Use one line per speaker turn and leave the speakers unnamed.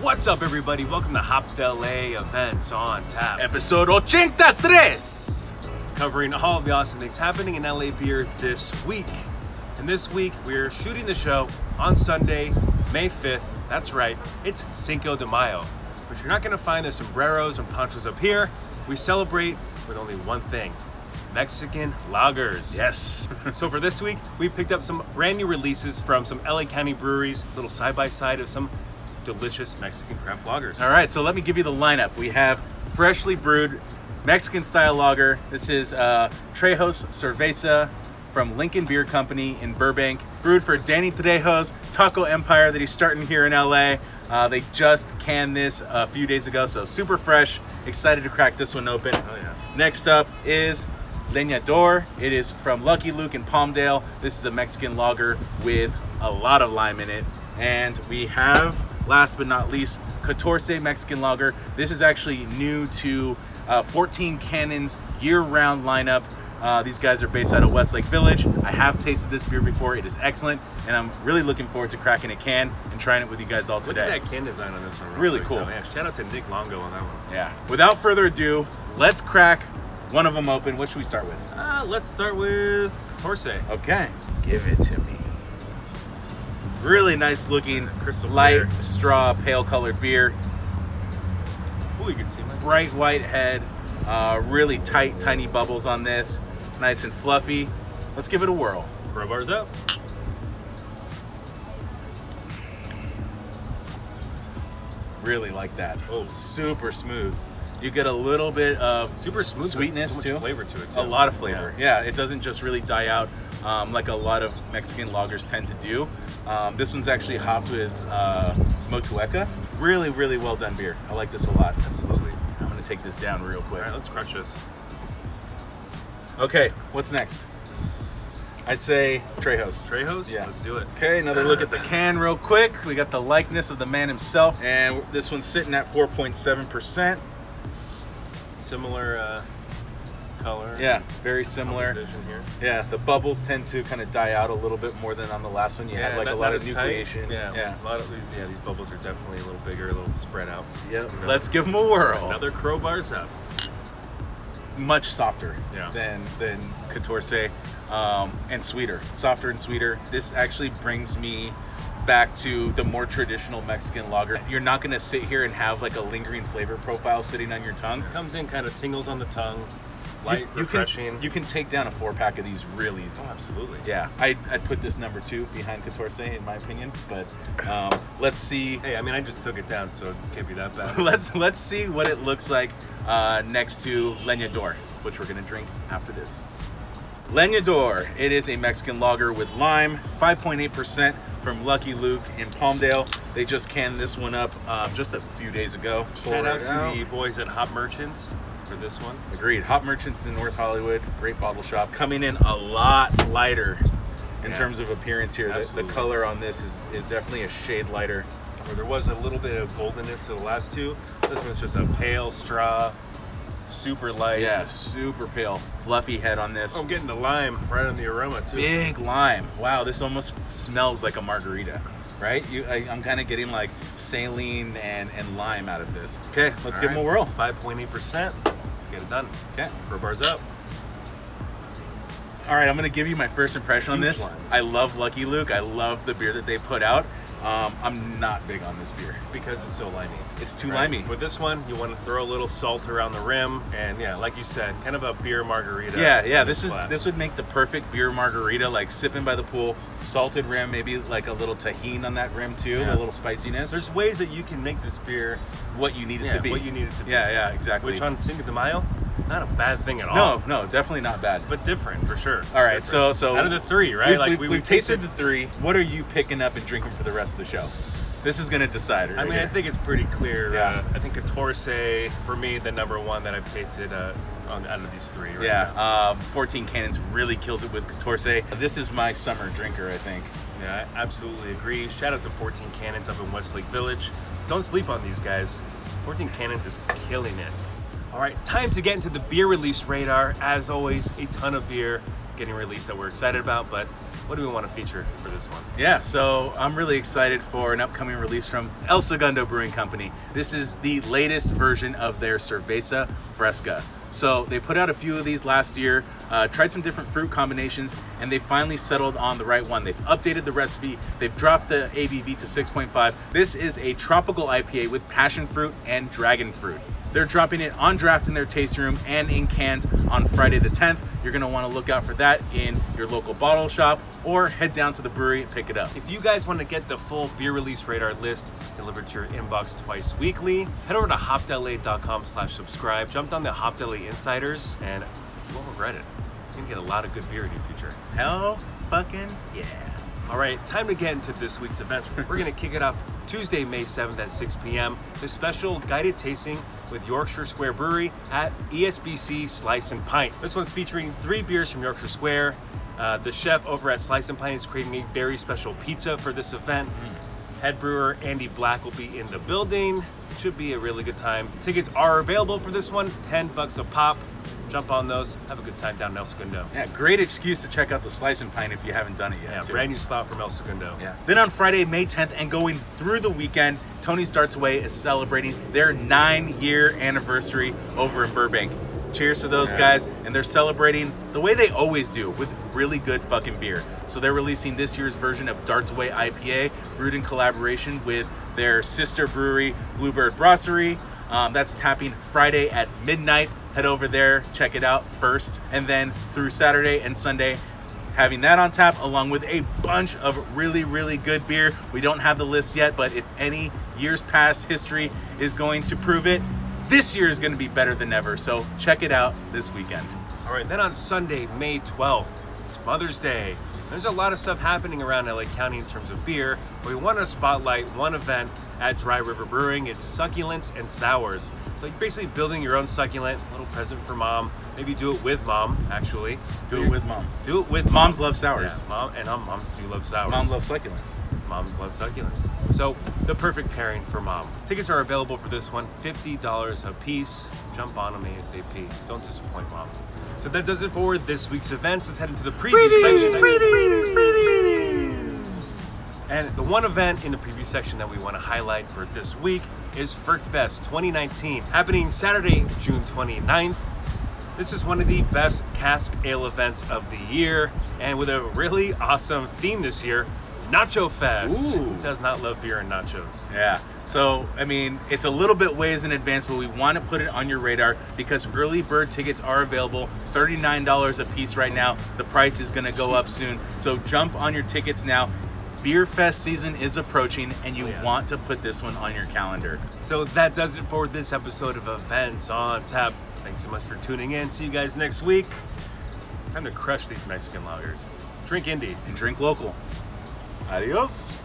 What's up, everybody? Welcome to Hop LA Events on Tap,
Episode 83!
covering all of the awesome things happening in LA beer this week. And this week, we're shooting the show on Sunday, May 5th. That's right, it's Cinco de Mayo. But you're not going to find the sombreros and ponchos up here. We celebrate with only one thing Mexican lagers.
Yes.
So for this week, we picked up some brand new releases from some LA County breweries. It's a little side by side of some delicious Mexican craft lagers.
All right, so let me give you the lineup. We have freshly brewed Mexican style lager. This is uh, Trejos Cerveza from Lincoln Beer Company in Burbank, brewed for Danny Trejos Taco Empire that he's starting here in LA. Uh, they just canned this a few days ago, so super fresh. Excited to crack this one open.
Oh, yeah.
Next up is Leñador. It is from Lucky Luke in Palmdale. This is a Mexican lager with a lot of lime in it. And we have, last but not least, Catorce Mexican lager. This is actually new to uh, 14 Cannons year round lineup. Uh, these guys are based out of Westlake Village. I have tasted this beer before. It is excellent, and I'm really looking forward to cracking a can and trying it with you guys all
Look
today.
at that can design on this one. real
Really
quick,
cool.
though. Yeah, shout out to Nick Longo on that one.
Yeah. Without further ado, let's crack one of them open. What should we start with?
Uh, let's start with Torse.
Okay. Give it to me. Really nice looking
Crystal
light
clear.
straw pale colored beer.
Oh, you can see my
Bright white head. Uh, really tight, tiny bubbles on this. Nice and fluffy. Let's give it a whirl.
crowbars out.
Really like that.
Oh.
Super smooth. You get a little bit of
Super smooth. but
Sweetness,
so much
too.
Flavor to it. Too.
a lot of flavor. Yeah, it doesn't just really die out um, like a lot of Mexican lagers tend to do. Um, this one's actually hopped with uh, Motueka. Really, really well done beer. I like this a lot. Absolutely. I'm gonna take this down real
All
quick.
right, let's crush this.
Okay, what's next? I'd say Trejos.
Trejos.
Yeah.
Let's do it.
Okay, another look at the can real quick. We got the likeness of the man himself, and this one's sitting at 4.7%.
Similar uh, color.
Yeah, very similar.
composition here.
Yeah, the bubbles tend to kind of die out a little bit more than on the last one. You had like
not-
a lot
not
of
as tight.
nucleation.
Yeah, A lot of these. Yeah, these bubbles are definitely a little bigger, a little spread out.
Yep.
Another-
Let's give them a whirl.
Another crowbars up.
much softer
Yeah.
than than Catorce, um, and sweeter, softer and sweeter. This actually brings me back to the more traditional Mexican lager. You're not gonna sit here and have like a lingering flavor profile sitting on your tongue.
Comes in kind of tingles on the tongue,
You-
light,
you,
refreshing.
Can, you can take down a four pack of these real easy.
oh, absolutely.
Yeah, I I put this number two behind Catorce in my opinion, but um, let's see
Hey, I mean, I just took it down, so it can't be that bad.
let's let's see what it looks like uh, next to Leñador, which we're gonna drink after this. Leñador, it is a Mexican lager with lime, 5.8% from Lucky Luke in Palmdale. They just canned this one up um, just a few days ago.
Shout
Pour
out
it
to the boys at Hop Merchants for this one.
Agreed. Hop Merchants in North Hollywood, great bottle shop. Coming in a lot lighter in
Yeah.
terms of appearance here. The, the
Absolutely.
color on this is, is definitely a shade lighter.
Where there was a little bit of goldenness to the last two. This one's just a pale straw, super light.
Yeah, super pale, fluffy head on this.
Oh, I'm getting the lime right on the aroma too.
Big lime. Wow, this almost smells like a margarita, right? You, I, I'm kind of getting like saline and, and lime out of this. Okay, let's give them a whirl.
Five point eight percent. Let's get it done.
Okay.
Crowbars up.
All right, I'm gonna give you my first impression on
Huge
this.
lime.
I love Lucky Luke. I love the beer that they put out. Um, I'm not big on this beer.
Because it's so limey.
It's too
Right?
limey.
With this one, you want to throw a little salt around the rim, and yeah, like you said, kind of a beer margarita.
Yeah, yeah.
in
This is
glass.
this would make the perfect beer margarita, like sipping by the pool, salted rim, maybe like a little tahine on that rim too,
Yeah.
a little spiciness.
There's ways that you can make this beer
what you need it
yeah,
to be.
what you need it to be.
Yeah, yeah, exactly.
Which on Cinco de Mayo, not a bad thing at all.
No, no, definitely not bad.
but different for sure.
All right, so
Different.
so
out of the three, right?
We've,
like
we've,
we,
we've tasted the three. What are you picking up and drinking for the rest of the show? This is gonna decide. Right
I mean, I
here.
think it's pretty clear.
Yeah.
Uh, I think Catorce for me the number one that I've tasted uh, on, out of these three. Right
yeah, um, 14 cannons really kills it with Catorce. This is my summer drinker, I think.
Yeah, I absolutely agree. Shout out to 14 Cannons up in Westlake Village. Don't sleep on these guys. 14 Cannons is killing it. All right, time to get into the beer release radar. As always, a ton of beer. getting released that we're excited about. But what do we want to feature for this one?
Yeah, so I'm really excited for an upcoming release from El Segundo Brewing Company. This is the latest version of their Cerveza Fresca. So they put out a few of these last year, uh, tried some different fruit combinations, and they finally settled on the right one. They've updated the recipe, they've dropped the ABV to 6.5. This is a tropical IPA with passion fruit and dragon fruit. They're dropping it on draft in their tasting room and in cans on Friday the 10th. You're gonna wanna look out for that in your local bottle shop or head down to the brewery and pick it up.
If you guys want to get the full beer release radar list delivered to your inbox twice weekly, head over to hoppedla.com slash subscribe. Jump on the Hopped LA Insiders and you won't regret it. You're going to get a lot of good beer in your future.
Hell fucking yeah.
All right, time to get into this week's events. We're going to kick it off Tuesday, May 7th at 6 p.m. The special guided tasting with Yorkshire Square Brewery at E ESBC Slice and Pint. This one's featuring three beers from Yorkshire Square. Uh, the chef over at Slice and Pint is creating a very special pizza for this event.
Mm.
Head brewer Andy Black will be in the building. Should be a really good time. Tickets are available for this one, 10 bucks a pop. Jump on those. Have a good time down in El Segundo.
Yeah, great excuse to check out the Slice and Pine if you haven't done it yet.
Yeah,
too.
brand new spot from El Segundo.
Yeah. Then on Friday, May 10th, and going through the weekend, Tony's Darts Away is celebrating their nine year anniversary over in Burbank. Cheers to those
Yeah.
guys. And they're celebrating the way they always do with really good fucking beer. So they're releasing this year's version of Darts Away IPA, brewed in collaboration with their sister brewery, Bluebird Brasserie. Um, that's tapping Friday at midnight. Head over there, check it out first. And then through Saturday and Sunday, having that on tap along with a bunch of really really good beer we don't have the list yet but if any years past history is going to prove it this year is going to be better than ever so check it out this weekend
All right, then on Sunday, May 12th, it's Mother's Day. There's a lot of stuff happening around LA County in terms of beer, but we want to spotlight one event at Dry River Brewing. It's succulents and sours. So you're basically building your own succulent, a little present for mom. Maybe do it with mom, actually.
do it with mom
do it with
Moms
mom.
love sours.
Yeah, mom and um, moms do love sours.
mom loves succulents
Moms love succulents. So, the perfect pairing for mom. Tickets are available for this one, $50 a piece. Jump on them ASAP. Don't disappoint mom. So, that does it for this week's events. Let's head into the preview section. And the one event in the preview section that we want to highlight for this week is FerkFest 2019, happening Saturday, June 29th. This is one of the best cask ale events of the year, and with a really awesome theme this year, Nacho Fest.
Ooh.
Who Does not love beer and nachos.
Yeah. So, I mean, it's a little bit ways in advance, but we want to put it on your radar because early bird tickets are available, $39 a piece right now. The price is going to go up soon. So, jump on your tickets now. Beer Fest season is approaching, and you
Oh, yeah.
want to put this one on your calendar.
So that does it for this episode of Events on Tap. Thanks so much for tuning in. See you guys next week. Time to crush these Mexican lagers. Drink indie.
And drink local. Adios.